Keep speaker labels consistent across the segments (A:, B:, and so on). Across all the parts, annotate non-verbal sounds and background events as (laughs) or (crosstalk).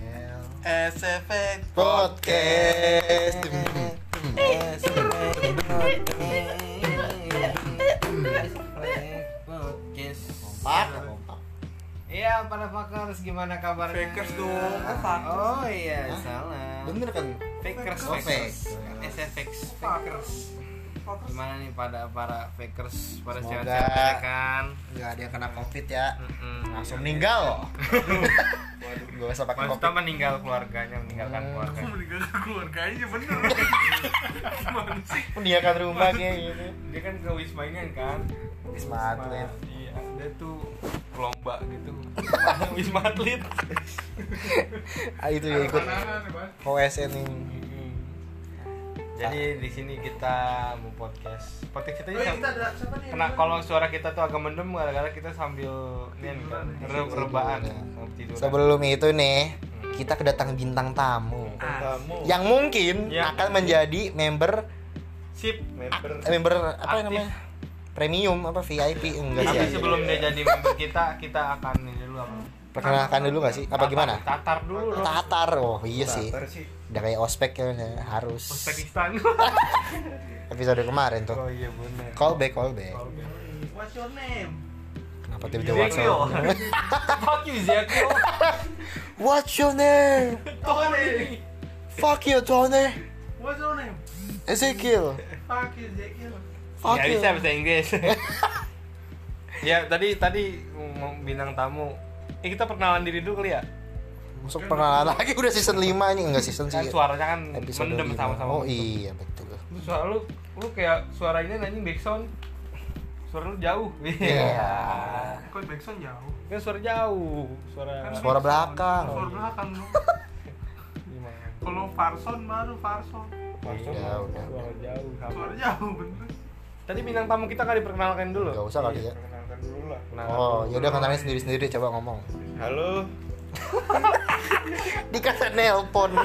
A: Iya,
B: SFX
C: Podcast.
A: Podcast.
C: Kompak, kompak.
A: Iya, para fakers gimana kabarnya?
B: Fakers dong, kok fakers?
A: Oh iya,
C: Hah?
A: salah.
C: Bener kan?
A: Fakers,
C: Oh,
A: fakers.
C: fakers.
A: SFX, fakers. Gimana nih pada para fakers, para
C: Semoga.
A: cewek-cewek kan?
C: Nggak ada yang kena covid ya.
A: Mm-mm.
C: Langsung meninggal. Gak usah pakai Hmm.
A: Maksudnya
C: covid.
A: meninggal keluarganya, meninggalkan keluarga.
B: Aku meninggalkan keluarganya
C: (laughs)
B: bener Gimana sih?
C: Meninggalkan rumah kayak gitu.
A: Dia kan ke Wisma ini kan?
C: Wisma Atlet.
A: Iya, dia tuh lomba gitu. (laughs) Wisma Atlet.
C: Ah itu ya ikut OSN ini.
A: Jadi di sini kita mau podcast. Podcast kita
B: Oh,
A: ini
B: kita ada siapa nih?
A: Kena kalau suara kita tuh agak mendem gara-gara kita sambil nih kan
B: ya.
A: re- rebahan sambil tiduran.
C: Iya. Sebelum itu nih, kita kedatangan bintang tamu
A: Kamu
C: yang mungkin
A: Ya.
C: akan menjadi member
A: sip member.
C: eh, member apa
A: Aktif.
C: namanya? Premium apa VIP enggak
A: Tapi
C: sih?
A: sebelum dia jadi member kita, kita akan ini dulu apa?
C: Perkenalkan dulu gak sih? Apa gimana?
A: Tatar dulu loh.
C: Tatar. Oh, iya sih.
B: sih
C: Udah kayak ospek ya ya, harus. (laughs)
A: Uzbekistan.
C: Episode kemarin tuh.
A: oh iya benar.
C: Call back, call back.
B: What's your name?
C: Kenapa tiba-tiba
A: Zekio.
C: WhatsApp?
A: (laughs) Fuck you Zekio.
C: What's your name?
B: Tony
C: Fuck you, Tony.
B: What's your name?
C: Ezekiel.
B: Fuck you, Zekil
C: Fuck
A: Gak
C: you.
A: bisa bahasa
C: (laughs)
A: Inggris. ya tadi tadi mau bintang tamu. Eh kita perkenalan diri dulu kali ya.
C: Masuk perkenalan lagi udah season 5 nih, enggak season
A: Kan
C: sih.
A: suaranya kan
C: Episode
A: mendem
C: 5.
A: sama-sama.
C: Oh iya, betul.
A: Lu suara lu lu kayak suaranya nanya backsound suara lu jauh (laughs)
C: Iya.
B: Kok Backson jauh?
A: kan suara jauh suara
B: Kan
C: Suara
B: Backson.
C: belakang.
B: Suara belakang
C: (laughs)
B: dong
A: gimana
B: Kalau Farson baru Farson
A: Backsound
C: Udah,
A: suara
C: Iya, udah.
A: jauh sama.
B: Suara jauh bener
A: tadi bintang tamu kita kan diperkenalkan dulu
C: Gak usah kali ya.
B: Perkenalkan dulu lah
A: Perkenalan
C: Oh,
A: dulu. Iya,
C: ya udah kenalin sendiri-sendiri coba ngomong. (laughs)
D: Halo,
C: Dikata nelpon. (laughs)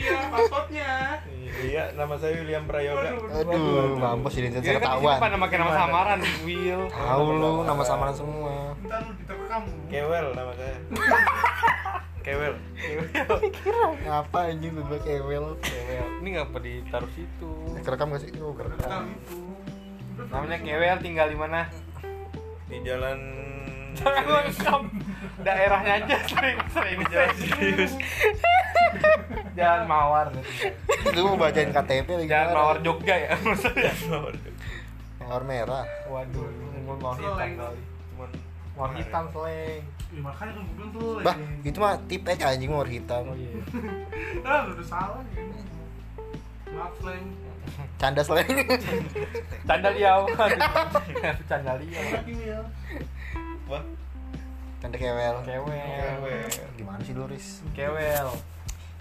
B: Iya, passwordnya
D: iya nama saya William Prayoga.
C: Aduh, mampus identitas saya
A: Dia kan di sini pada
C: ketahuan.
A: pakai nama samaran Will
C: Tahu lu nama samaran semua.
B: Ntar lu diterkam lu.
D: Kewel nama saya. Kewel.
C: Ngapain anjing gue kewel?
A: Kewel. ini nggak perlu ditaruh situ
C: Kerekam gak sih? Oh, kerekam.
B: (laughs) Rekam itu
A: namanya Kewel tinggal di mana
D: Di jalan
A: Jangan lengkap daerahnya aja sering sering serius jangan mawar
C: Lu mau bacain KTP lagi.
A: jangan
C: gimana?
A: mawar Jogja ya maksudnya
C: Mawar merah.
A: waduh mau mawar hitam
B: Seleng.
A: kali.
D: Cuman
A: mawar hitam seleng
B: Ya makanya kan gue bilang tuh
C: Bah, gitu.
B: ini.
C: itu mah tip aja anjing mawar hitam.
A: oh iya
B: Ah, lu udah salah ya. Maaf, Leng.
C: Canda selain.
A: canda liau (laughs) canda liau
B: Lagi, Mil.
D: wah
C: Canda kewel.
A: kewel
D: kewel.
C: Gimana sih Luris?
A: kewel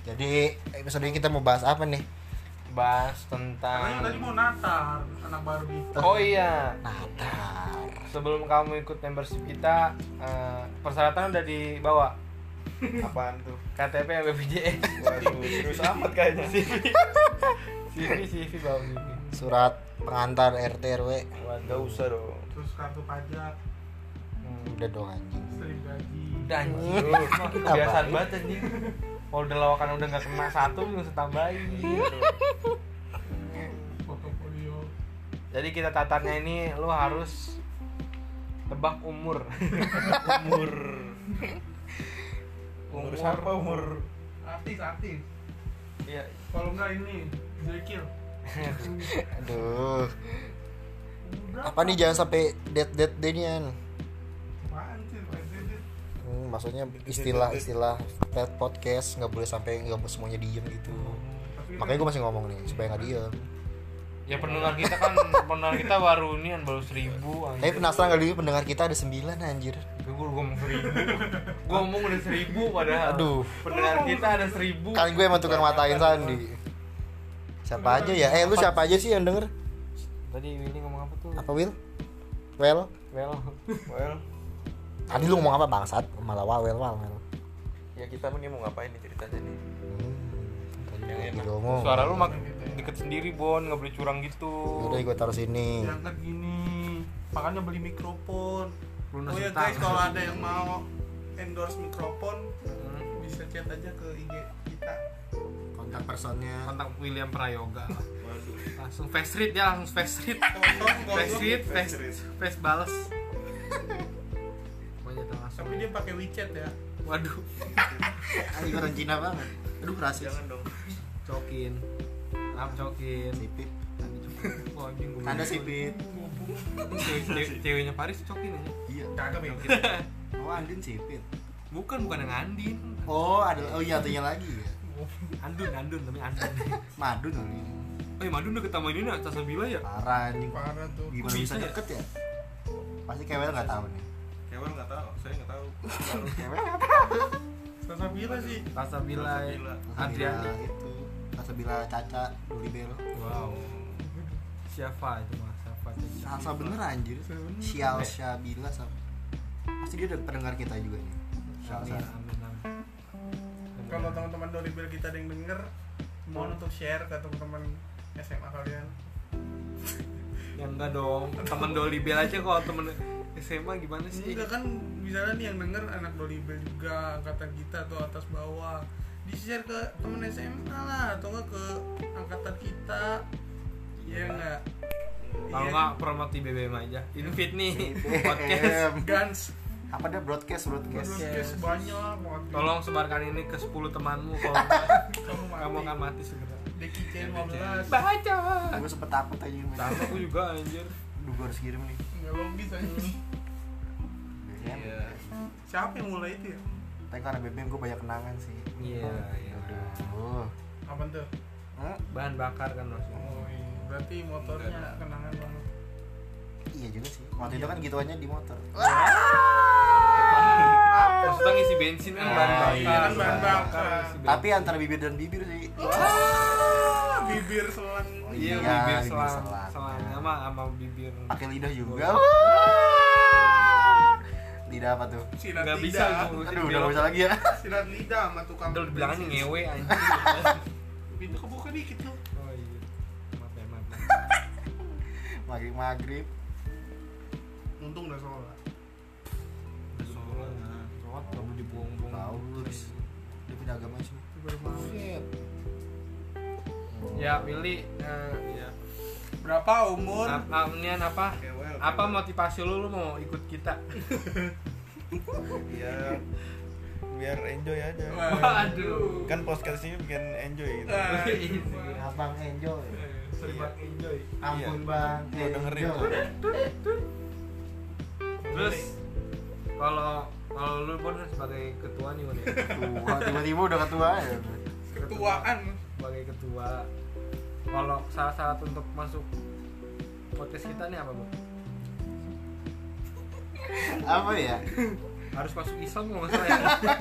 C: Jadi episode ini kita mau bahas apa nih?
A: bahas
D: Ah.
B: Katanya
A: tentang
B: tadi mau natar anak baru gitu.
A: oh iya
C: Natar.
A: sebelum kamu ikut membership kita eh, persyaratan udah dibawa
D: Apaan tuh?
A: KTP sama BPJS
D: Waduh, serius amat
A: (laughs)
D: kayaknya.
A: CV CV CV bawa CV
C: Surat pengantar RT RW.
D: Gak usah dong.
B: Terus kartu pajak,
C: Udah dong anjing.
B: stream gaji.
A: udah anjing
D: Lu,
A: Wah, kebiasaan banget anjing kalau udah lawakan udah nggak kena satu juga setambahin
D: Iya,
B: portofolio.
A: jadi kita tatarnya ini lu harus tebak umur
D: Umur. Umur siapa umur?
B: Artis, artis.
A: Iya.
B: Kalau enggak ini Zekil.
C: Aduh.
B: Udah.
C: Apa nih jangan sampai dead dead denian.
B: Apaan sih, Pak Zedit?
C: Hmm, maksudnya istilah-istilah pet podcast nggak boleh sampai nggak boleh semuanya diem gitu.
B: Tapi
C: Makanya gue masih ngomong nih supaya nggak diem.
A: ya pendengar kita kan pendengar kita baru ini kan baru
C: Tapi
A: seribu
D: Eh.
A: anjing
C: penasaran kali pendengar kita ada sembilan anjir.
A: gue ngomong seribu gue ngomong udah seribu padahal
C: Aduh.
A: pendengar kita ada seribu
C: Kan gue emang tukang matain Sandi. Siapa aja ya? Eh lu siapa aja sih yang denger?
A: tadi Willy ngomong apa tuh
C: Apa Will? Well?
A: well
D: Well,
C: Tadi lu ngomong apa bangsat? Malah wawel well, well.
D: ya kita ini mau ngapain nih ceritanya nih?
C: Hmm,
D: Yang
C: tadi
D: enak.
C: udah ngomong.
A: suara lu mak deket sendiri bon nggak boleh curang gitu
C: Udah gue taruh sini.
B: diangkat gini. Makanya beli mikrofon.
A: Lunas
B: oh ya
A: utang.
B: guys, kalau ada yang mau endorse mikrofon, bisa chat aja ke IG kita
C: kontak personnya
A: kontak William Prayoga (laughs) lah.
D: Waduh.
A: langsung face read ya langsung face read face read face, face bales pokoknya udah langsung
B: tapi dia pakai WeChat ya
A: waduh
C: Ini orang Cina banget aduh rasis
D: Jangan dong.
A: cokin maaf cokin
C: sipit
A: (laughs) Wah, anjing gue
C: tanda
A: bingung.
C: sipit
A: Cewek- cewek- ceweknya Paris cokin aja
C: iya
B: kagak
C: (laughs)
B: bego
C: oh Andin sipit
A: bukan bukan yang Andin
C: oh ada oh iya satunya lagi ya
A: Andun Andun tapi Andun (laughs)
C: madu kali
A: eh Madun udah ke Taman ini Salsabila ya
C: parah anjing
B: parah tuh
C: gimana bisa
A: Bisa ya?
C: deket ya pasti kewel nggak tahu nih
D: Kewel nggak tahu, saya nggak tahu. Baru
C: kewel
B: Salsabila sih
A: Salsabila
D: Salsabila.
A: Adrian
C: Salsabila itu Salsabila Caca Duli Bel
A: wow siapa itu mah siapa itu
C: Salsa bener anjir Sial Syabila sama Pasti dia udah pendengar kita juga nih Salsa
A: Amin, amin, amin.
B: kalau teman-teman Doribel kita ada yang denger mohon untuk share ke teman-teman SMA kalian
A: ya enggak dong temen Dolly Bell aja kalau temen SMA gimana sih
B: enggak kan misalnya nih yang denger anak Doribel juga angkatan kita atau atas bawah di share ke temen SMA lah atau enggak ke angkatan kita iya enggak
A: kalau
B: Iya.
A: nggak promosi BBM aja infit nih
C: BBM.
A: podcast
B: Gans
C: (laughs) Apa dia broadcast broadcast
B: podcast banyak banget
A: tolong sebarkan ini ke 10 temanmu kalau nggak,
B: kamu mati
A: kamu akan mati segera
B: Deki C15
A: baca
C: Gue sempet takut aja
A: sama aku juga anjir
C: Duh gue harus kirim nih
B: nggak logis aja
D: Iya.
B: siapa yang mulai itu ya
C: Tapi karena BBM gue banyak kenangan sih
A: iya iya
C: Aduh Hmm?
B: apa tuh
C: Hah?
A: bahan bakar kan maksudnya
B: oh, iya. berarti motornya kenangan banget
C: Iya juga sih Waktu itu kan gituannya di motor Iya.
A: maksudnya ngisi bensin kan bahan
C: Oh,
A: bakar
C: iya, kan bahan
B: bakar.
A: ngisi bensin.
C: Tapi antara bibir dan bibir sih
B: Ah, bibir selang
C: Oh,
A: iya
C: iya,
A: bibir
C: bibir
A: selang
C: selang. Nah,
A: selang Iya, sama sama bibir
C: Pakai lidah juga Lidah apa tuh?
B: silat
A: nggak bisa
B: lidah
A: gue
C: Aduh udah gak bisa lagi ya
B: silat lidah sama tukang
A: Udah bilangnya
B: bensin.
A: ngewe anjir
B: pintu kebuka dikit tuh
A: Oh iya. Maaf ya, maaf.
C: Maghrib-maghrib
B: untung udah sholat
A: Sholat, sholat nggak perlu dibuang-buang.
C: Tahu lu, Riz. Dia punya agama sih
B: Itu baru mau.
A: Ya, pilih eh,
D: Iya.
B: berapa umur
A: ap- ap- nian apa?
D: Kewel.
A: Apa motivasi lu lu mau ikut kita?
D: Iya. Biar enjoy aja.
A: Waduh.
D: Kan podcast ini bikin enjoy gitu.
B: Ah,
A: Iya.
C: Abang enjoy
A: Sering
D: Iya.
A: banget enjoy.
C: Ampun
D: Iya.
C: bang
D: Gua dengerin
C: enjoy.
D: tuh.
A: Terus kalau kalau lu pun sebagai ketua nih Bun, ya.
C: Tua, tiba-tiba udah ketua ya
B: ketuaan
A: sebagai ketua. Kalau syarat-syarat untuk masuk podcast kita nih apa, Bu?
C: Apa ya?
A: Harus masuk Islam kalau nggak salah ya.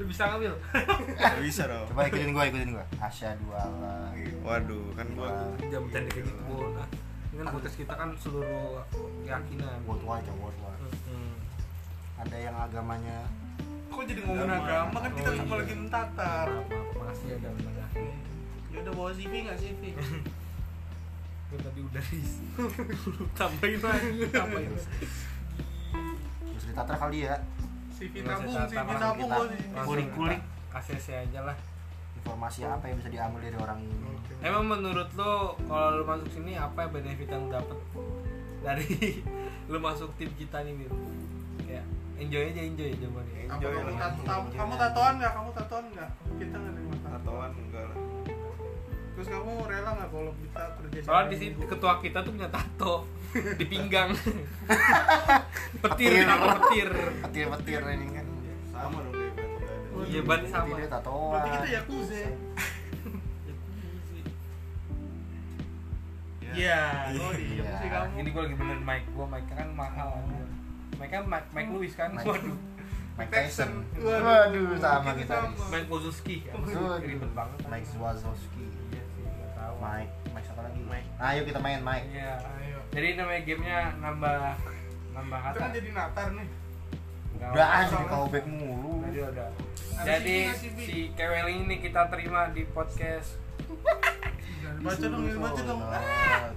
A: lu bisa ngambil?
D: Nggak bisa dong.
C: Coba ikutin gua, ikutin gua Asyhadu Allah
D: Waduh, kan gua iya.
A: Jangan bercanda kayak gitu, Bu. Nah, ini kan podcast kita kan seluruh keyakinan.
C: Worldwide ya, worldwide
A: Hmm.
C: Ada yang agamanya
B: kok jadi ngomongin agama kan kita
A: Oh,
B: semua
A: iya.
B: lagi mentatar
A: Maaf, maaf, makasih ya udah mendengarkan.
B: Dia udah bawa CV nggak CV?
A: Gue tadi udah ris. Lu (laughs) tambahin lagi, tambahin.
C: Terus ditata kali ya
B: CV
A: Nggak
B: tabung,
A: usah
B: CV
A: tata,
B: tabung
C: kita-
B: gua CV.
A: Langsung
C: Kulik-kulik.
A: kita ACC aja lah.
C: Informasi apa yang bisa diambil dari orang ini
A: Emang menurut lo kalau lo masuk sini apa benefit yang lo dapet dari (laughs) lo masuk tim kita nih? Mir? Ya, enjoy aja enjoy jawabannya.
B: Apa
D: Enjoy
B: kamu
D: lah.
B: tat- tab- kamu tatoan nggak? Kamu tatoan nggak? Kita nggak nerima tatoan.
D: tatoan enggak lah.
B: Terus kamu rela nggak kalau kita kerja
A: Soalnya
B: sama
A: di sini
B: ibu?
A: ketua kita tuh punya tato (laughs) di pinggang. (laughs) petir, tato petir.
C: Petir-petir ini kan
D: Sama dong kayak gitu.
A: Iya, ban
C: Berarti
A: sama.
C: dia tatoan
B: Berarti kita yakuza. Iya, lo di
C: Iya.
B: yakuza kamu.
A: Ini gue lagi bener mic gue, mic kan mahal. Mic kan mic, mic Lewis kan.
C: Mic-
A: Waduh.
C: Mike Tyson
B: Waduh.
C: Waduh, sama kita
B: Sama.
A: Mike Wazowski ya.
C: Waduh.
A: Ribet banget.
C: Mike Wazowski
A: Iya sih, nggak tahu.
C: Mike, Mike siapa lagi?
D: Mike.
C: Ayo kita main Mike
A: Iya.
B: Ayo.
A: Jadi namanya gamenya nambah nambah
B: Kita
A: kata.
B: kan jadi natar nih.
A: Nggak
B: Nah,
C: Udah
A: apa-apa.
C: anjir kau back mulu
A: Jadi udah.
B: Ada
A: Jadi
B: CV nggak, CV?
A: si Kewel ini kita terima di podcast
B: Jangan Baca dong, jangan baca dong. Ah,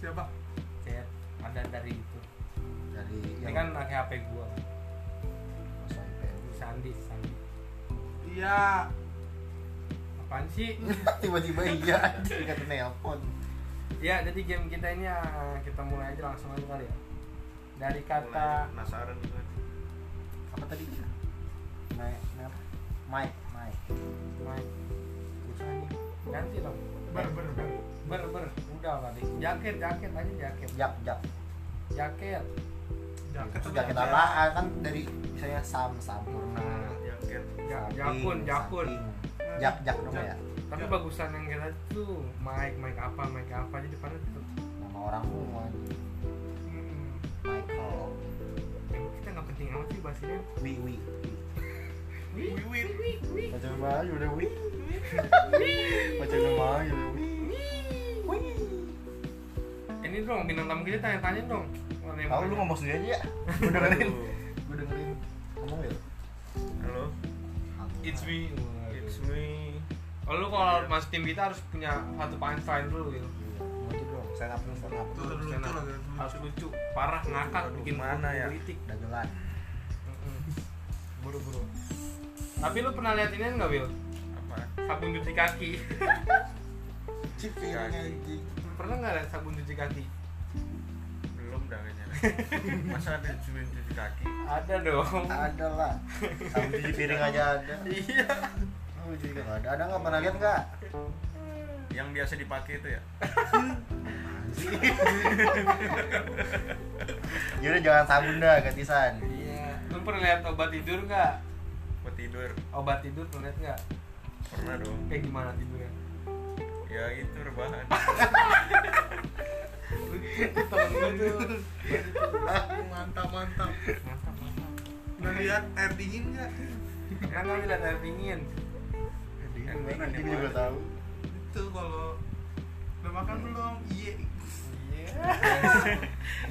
B: Siapa?
A: chat ada dari itu. kan
C: Dari Iya.
A: Ini kan pakai HP gua.
C: Mas Aibel.
A: Bisa Sandi Sandi
B: iya
A: apaan sih
C: tiba-tiba iya anjing, kata nelpon
A: ya jadi game kita ini ah, kita mulai aja langsung aja kali ya dari
D: Mulai
A: kata
D: penasaran gue.
C: apa tadi
A: naik naik
C: Mike Mike
A: naik Bukan, ganti dong
B: ber ber ber
A: ber ber udah tadi jaket jaket aja jaket
C: jak jak
A: jaket
B: jaket
C: Terus jaket apaan kan dari misalnya sam
A: Nah,
C: sampurna
A: ya,
D: Jaket.
A: ja,
C: Samping,
A: jakun jakun
C: samping. jak jak dong
B: Jak.
C: ya
A: ya tapi
B: Jak.
A: bagusan yang kita tuh mic mic apa mic apa aja depannya tuh
C: nama orang semua anjing.
B: Mm-mm.
C: Michael
A: ya, kita nggak penting amat sih bahas ini
C: Wi Wi
A: Wih,
B: Wiwit.
A: wih, wih.
C: macam mana udah Wi macam mana udah Wi Wi
A: ini dong bintang tamu kita tanya-tanya dong Mana yang
C: tahu
A: mau
C: lu
A: nanya?
C: ngomong sendiri aja ya gue dengerin
D: Aduh.
C: gue dengerin kamu ya
D: Halo.
A: it's me
D: It's me.
A: oh lu kalau masuk tim kita harus punya satu punchline dulu gitu. Wil.
C: mau tuh dong saya nggak perlu saya nggak
B: Tuh, lucu
A: Stand up.
B: lagi, lucu.
A: harus lucu parah ngakak
D: Aduh,
A: bikin
D: mana ya?
A: politik
C: dagelan
A: Mm-mm. buru-buru tapi lu pernah lihat ini nggak Wil
D: Apa?
A: sabun cuci kaki
C: cipin Iya, anjing
A: Lu pernah nggak lihat sabun cuci kaki
D: Belum dah kayaknya. Masa ada cuci cuci kaki?
A: ada dong
C: ada lah sama cuci piring aja ada
A: (laughs) iya
C: oh cuci nggak ada ada nggak pernah lihat nggak
D: Yang biasa dipakai itu ya?
C: ya udah jangan sabun dah ganti san
A: iya lu pernah lihat obat tidur nggak
D: Buat tidur.
A: obat tidur pernah lihat nggak
D: Pernah dong.
A: kayak gimana tidurnya
D: Ya itu rebahan.
A: lucu tuh temen gue tuh
B: mantap mantap
A: mantap mantap
B: udah lihat air dingin nggak
A: Kan kami lihat air dingin.
C: Ini juga tahu
B: itu kalau udah makan belum iya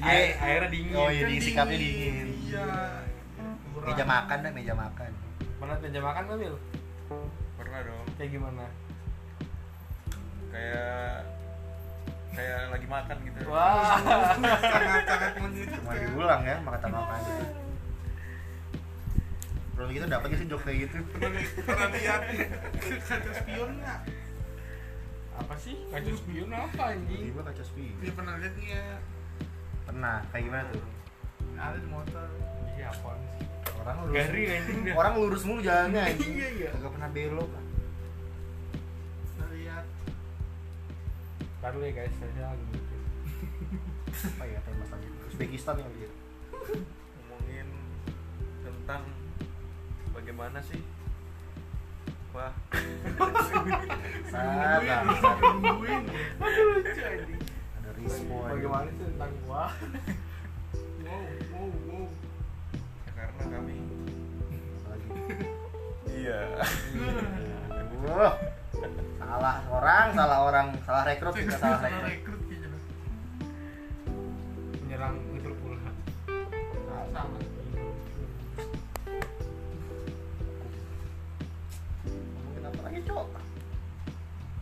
A: Air, airnya dingin.
C: Oh, iya.
B: Kan
C: disikapnya dingin.
B: iya Murah.
C: meja makan dah meja makan
A: Pernah meja makan nggak, Mil?
D: Pernah dong.
A: Kayak gimana?
D: Kayak kayak lagi makan gitu.
A: Wah.
B: sangat sangat menyejukkan
C: cuma diulang ya makan sama makan gitu Bro gitu dapat sih jok kayak gitu
B: pernah lihat kaca spion nggak
A: (laughs) apa sih? Kacau spion apa anjing?
C: tiba kaca
B: dia
C: spi
B: pernah lihat nggak
C: pernah kayak gimana tuh
B: ada di motor
A: Iya, apaan sih?
C: orang lurus
A: Garing anjing dah.
C: orang lurus mulu jalannya anjing
A: Iya, iya.
C: nggak pernah belok
B: pernah lihat
A: Ntar dulu ya guys, saya lagi mikir.
C: apa ya tema lagi Uzbekistan yang dia
D: ngomongin tentang bagaimana sih wah
C: salah
B: Iya. nungguin
A: Aduh lucu anjing.
C: ada respon
A: Bagaimana sih tentang gua?
B: wow wow wow
D: ya karena kami
C: lagi
D: iya
C: Wah, salah orang salah orang salah rekrut juga salah
B: Salah
C: rekrut
B: rekrut kayaknya
A: Menyerang Liverpool. Nah,
C: Salah.
B: sama
C: Ngomongin apa lagi cok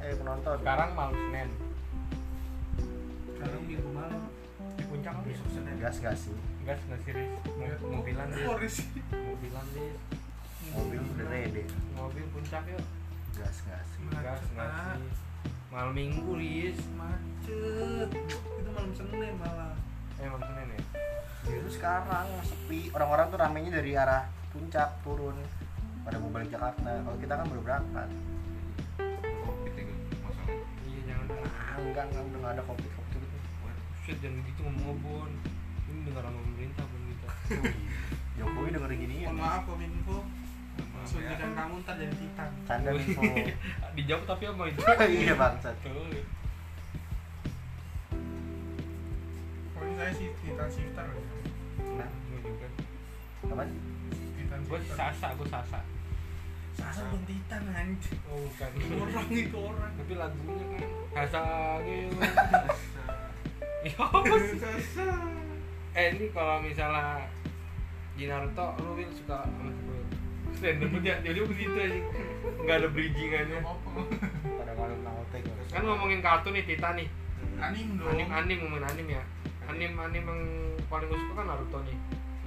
C: eh penonton
A: Sekarang malam Senin.
B: sekarang minggu malam
A: Di puncak kali ya?
B: besok senin
C: gas gas sih
A: Gas nggak sih, Riz? Mau- Mobilan deh.
B: Oh, Rizky.
A: Mobilan deh.
C: mobil udah ready
A: Mobil puncak yuk.
C: gas gas sih
A: Gas nggak
B: Ah.
A: sih? Malam Minggu, Riz.
B: macet itu malam senin malah
A: Eh, malam Senin ya?
C: itu sekarang sepi orang-orang tuh ramenya dari arah puncak turun pada mau balik Jakarta kalau kita kan baru berangkat
D: covid itu masalahnya
A: Iya, jangan. jangan.
C: ah enggak enggak udah nggak ada covid covid
A: Shit, jangan gitu ngomong obon. Ini dengar sama pemerintah gitu. pun kita.
C: Jokowi denger gini ya
B: mohon maaf kominfo
D: Maaf ya.
B: suntikan kamu ntar jadi titan
C: canda info
A: Ah, Dijawab tapi sama itu.
C: (laughs) iya bangsat
A: Betul.
B: kalau saya sih titan shifter ya.
C: Nah.
A: Gua juga.
C: apa
B: titan
A: Gua
B: shifter
A: sasa, gua sasa.
B: sasa bukan titan anjing
A: Oh, bukan.
B: orang itu orang
A: tapi lagunya kan sasa (laughs) gitu. Ya apa sih?
B: sasa
A: Eh, ini kalau misalnya di Naruto lu Will, suka sama siapa Will? Random banget ya, jadi begitu aja Nggak ada bridgingannya
B: apa
C: pada malam Naruto gitu
A: Kan ngomongin kartun nih, Tita nih
B: anim dong
A: Oh. anim anim ngomongin anim ya anim anim yang paling gue suka kan Naruto nih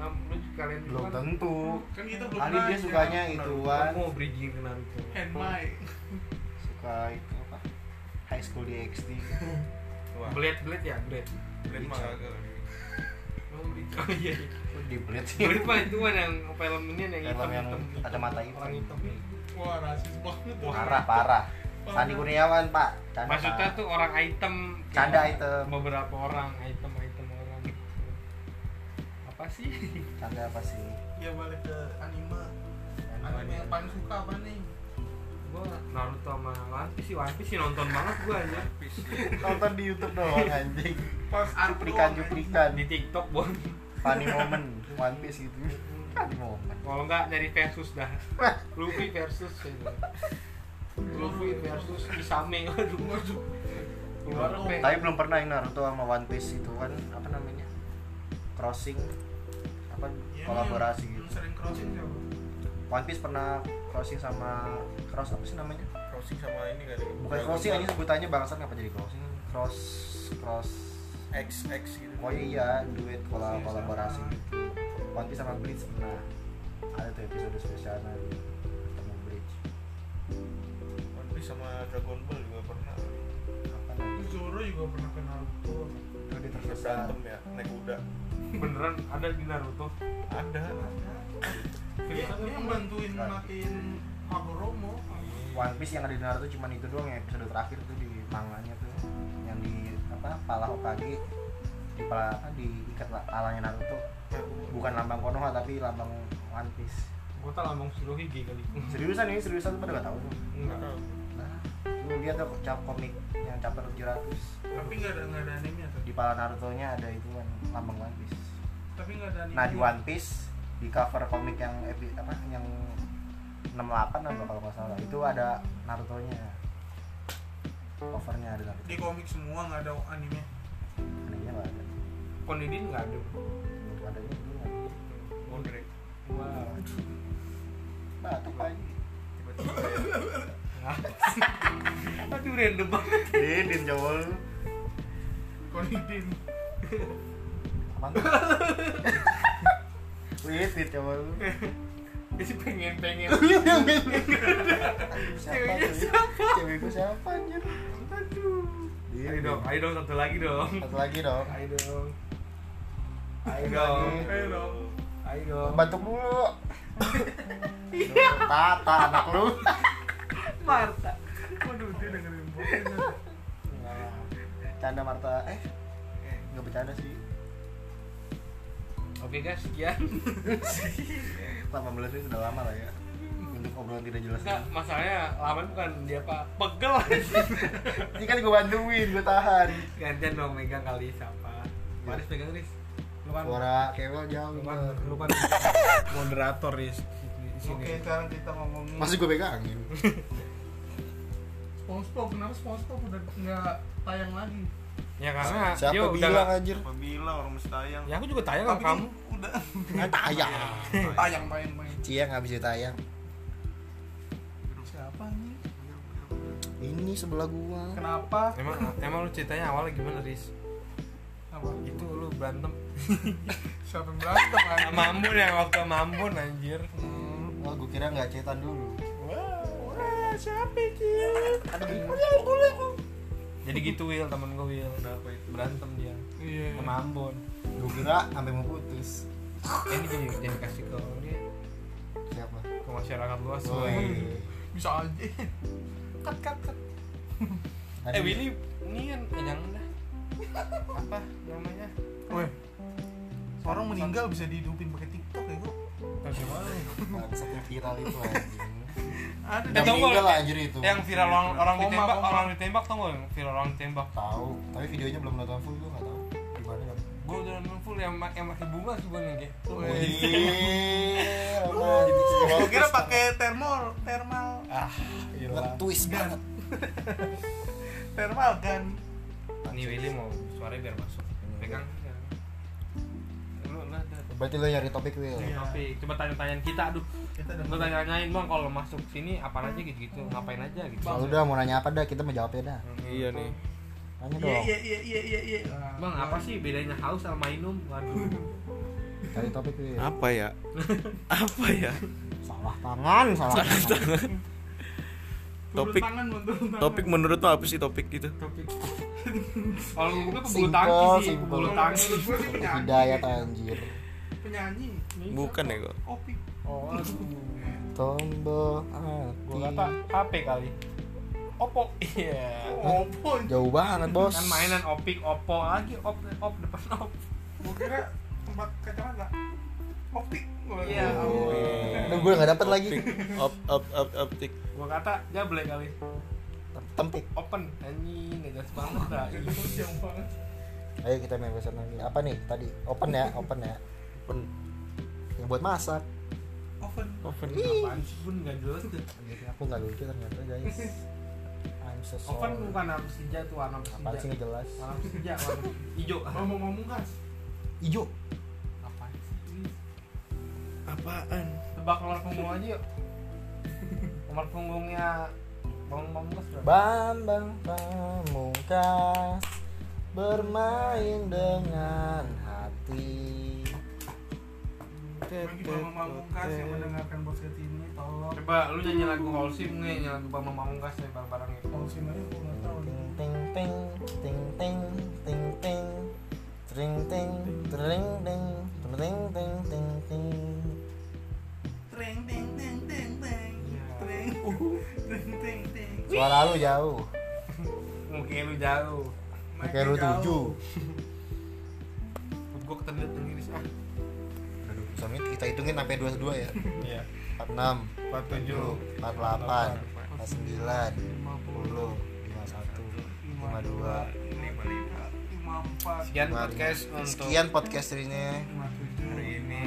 A: Nah, lu kalian
C: belum
A: kan-
C: tentu
B: kan kita belum
C: kali dia
B: nanya.
C: sukanya
A: Aku
C: ituan
A: mau bridging ke Naruto.
B: handmai
C: suka itu apa high school DxD
D: Wah,
A: Blade blade ya, blade.
D: blade mah kagak.
A: Oh iya.
C: Lu di blade sih
A: Blade mah itu kan yang film ini yang hitam.
C: film yang
A: hitam.
C: kacamata
A: Orang
C: itu
A: hitam.
B: wah rasis banget tuh.
C: parah parah
B: Parah.
C: Sandi Kurniawan pak Canda,
A: Maksudnya
C: Pak.
A: tuh orang item.
C: Canda
A: Kayak
C: item.
A: Beberapa orang item item orang. Apa sih?
C: canda apa sih
B: ya balik ke anime anime
D: Anime.
B: yang paling suka apa nih
A: Gua Naruto sama One Piece sih, One Piece sih nonton banget gua aja.
D: Pis.
C: nonton di YouTube doang anjing
B: pas
C: cuplikan cuplikan
A: Di TikTok bon.
C: funny moment One Piece gitu funny moment
A: Kalau enggak nyari versus dah. Luffy versus gitu. Luffy versus Isame. Aduh, aduh. Keluar
B: Tapi
A: pe.
C: tapi belum pernah ini Naruto sama One Piece itu kan apa namanya crossing apa
A: Iya,
B: Ya,
C: kolaborasi
B: yang-
C: gitu
B: yang sering crossing siapa
C: One Piece pernah crossing sama cross apa sih namanya
D: Crossing sama ini kan.
C: bukan crossing aja sebutannya bangsat ngapa jadi crossing cross cross
D: X X gitu.
C: oh iya duet kolab kolaborasi gitu One Piece sama Bleach pernah ada tuh episode spesialnya di ketemu Bleach
D: One Piece sama Dragon Ball juga pernah.
C: apa namanya
B: Zoro juga pernah ke Naruto
C: itu dia
D: Terus
C: terbesar
D: berantem ya naik kuda.
A: Beneran ada di Naruto.
D: Ada.
B: ya,
A: Seriusan
B: yang
A: lu?
B: bantuin matiin Hagoromo
C: One Piece yang ada di Naruto cuman itu doang ya episode terakhir tuh di manganya tuh yang di apa pala Hokage di pala apa diikat lah palanya Naruto bukan lambang Konoha tapi lambang One Piece
A: Gua tak lambang Tsuruhige kali.
C: seriusan ini seriusan tuh pada gak tahu tuh
A: Enggak.
D: Nggak tahu.
C: nah lu lihat tuh cap komik yang chapter 700
B: tapi nggak ada nggak ada animenya tuh
C: di pala Naruto nya ada itu kan lambang One Piece
B: tapi nggak ada anime
C: nah di One Piece di cover komik yang epi- apa yang 68 apa kalau nggak salah itu ada Naruto nya covernya ada Naruto
B: di komik semua nggak ada anime
C: anehnya nggak ada
A: Konidin enggak ada.
C: Belum ada ini dulu nggak ada.
D: Mondrek.
A: Wow.
C: batuk lagi
D: Tiba-tiba
A: (laughs) Aduh random banget.
C: Didin jawol
B: Konidin
C: apaan tuh? Wih, dit jawol
A: Jadi pengen-pengen.
C: Siapa
A: Ceweknya
C: tuh? Cewek gue siapa anjir?
A: Aduh. Ayo
C: Didin.
A: dong, ayo dong satu lagi dong.
C: Satu lagi dong
A: Iya, Ayo
C: Ayo
A: dong.
C: lagi.
A: dong.
B: eh dong
A: Ayo dong.
C: Batuk dulu Tata anak lu
A: Marta.
B: waduh dia dengerin podcast
C: Canda Marta Eh nggak bercanda sih
A: Oke guys, sekian.
C: 18 menit sudah lama lah ya Untuk obrolan tidak jelas
A: Enggak, masalahnya lawan bukan dia apa? (laughs) Pegel.
C: Ini kan gue bantuin, gue tahan
A: Gantian dong megang kali siapa? Paris pegang Riz. Lu kan
C: Suara kewel jauh
A: lu kan lu kan moderator Riz di sini.
B: oke sekarang kita ngomongin
C: Masih gue pegangin
B: SpongeBob kenapa SpongeBob udah nggak tayang lagi
A: Ya karena dia
C: Siapa
A: udah
C: bilang
A: nggak-
C: anjir?
D: Pembila orang mesti tayang.
A: Ya aku juga tanya sama kamu.
B: kan udah
C: Tayang
B: tayang tayang tayang
C: Cia nggak bisa tayang
B: siapa nih
C: Ini sebelah gua
B: kenapa
A: Emang emang lu ceritanya awalnya gimana Riz?
B: apa
A: Itu lu berantem
B: siapa yang berantem anjing?
A: sama Ambon ya waktu sama Ambon anjir.
C: Hmm, Wah, gue kira nggak cetan dulu.
A: Wah, wah, siapa sih? Jadi gitu Will, temen gue Will.
D: Kenapa itu?
A: Berantem dia
B: iya
A: sama Ambon.
C: Gue kira sampai mau putus.
A: Eh, ini jadi jadi kasih ke ini
C: Siapa?
A: ke masyarakat luas. Will.
C: Woi.
B: bisa aja cut cut cut
C: Tadi-
A: Eh Willy, ini kan eh, jangan dah. Apa namanya?
B: Weh, orang meninggal bisa dihidupin pakai TikTok ya kok.
C: Bangsat yang viral itu anjing.
B: Ada
A: Eh,
C: Yang
A: tunggu.
C: meninggal anjir itu.
A: Eh, Yang viral orang orang
B: Koma,
A: ditembak,
B: koma.
A: orang ditembak tau gak? yang Viral orang ditembak.
C: tahu, tapi videonya belum nonton full gue nggak tahu di mana kan.
A: Gue udah nonton full yang ma- yang pakai bunga sih gue kayak.
C: Wih, orang jadi sekolah.
B: Gua kira pakai thermal, thermal,
A: Ah, gila.
C: Nge-twist banget.
B: thermal gun.
A: Nih Willy mau suaranya biar masuk. Pegang. Lu lu ada
C: Berarti lo nyari topik Will.
B: Iya.
A: topik. Coba tanya-tanyaan kita aduh.
B: Kita
A: Lu tanya-tanyain Bang kalau masuk sini apa aja gitu-gitu, ngapain aja gitu.
C: Lalu udah mau nanya apa dah, kita mau jawabnya dah.
A: Iya nih.
C: Tanya
B: Iya
C: dong.
A: Nah,
B: iya iya iya iya. iya.
A: Bang, apa sih bedanya haus sama minum? Waduh.
C: cari topik nih
E: apa
D: (laughs)
E: ya apa ya
C: salah tangan salah tangan
B: Turun
E: Topik-
B: tangan, Bang, turun tangan.
E: topik menurut lo apa sih topik gitu
A: topik kalau gue pebulu
C: Simpel,
A: tangkis sih
C: simpel.
A: pebulu tangkis
B: Menurut gua sih penyanyi.
C: hidayat anjir
B: penyanyi
E: bukan ya kok
B: opik
A: oh
C: tombol
A: gue
C: hati
A: kata HP kali Oppo iya
B: opo
C: jauh banget bos
A: kan mainan opik Oppo lagi op op depan op
B: gua kira tempat kacamata optik Wah.
A: Iya.
C: Aduh, gue nggak dapet lagi
E: Optik. op op op optik
A: gue kata jablek kali
C: tempik
A: open anjing gak jelas banget dah Iya.
B: Gak tau siapa banget.
C: ayo kita main pesan lagi apa nih tadi open ya open ya
E: open
C: yang buat masak
B: oven
E: open
A: apaan sih pun gak jelas deh
C: Anjir, aku nggak lucu ternyata guys I'm so
A: open
C: sorry
A: bukan nama persija tuh warna persija
C: apaan sih nggak jelas
A: warna persija warna hijau
B: ngomong ngomong kas
C: ijo
A: apaan sih
E: apaan
A: tebak nomor punggung aja yuk nomor punggungnya bangun pamungkas berapa
C: Bambang Pamungkas bermain dengan hati.
B: bagi mama mama kas yang mendengarkan podcast ini tolong
A: coba lu nyanyi lagu Holsim nih nyanyi lagu bambang pamungkas nih bareng-bareng ya
B: kalau sih mana gua nggak tahu
C: Ting ting ting ting ting ting ting Tring ting tring ting tring ting ting ting
B: Treng, teng teng teng teng Treng,
C: Uhuh.
B: teng teng teng
C: Suara lu jauh.
A: mungkin lu jauh
C: Pakai lu tujuh.
A: gue ketendut sendiri ah
C: Aduh, suami kita hitungin sampai 22 ya.
A: iya
C: 46
A: empat tujuh
C: 48 49 50 51 52
D: lima lima
B: lima empat
A: sekian podcast untuk
C: Sekian podcast ini.
B: lima tujuh
A: Hmm.
D: hari ini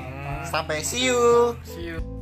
C: Sampai see you.
A: see you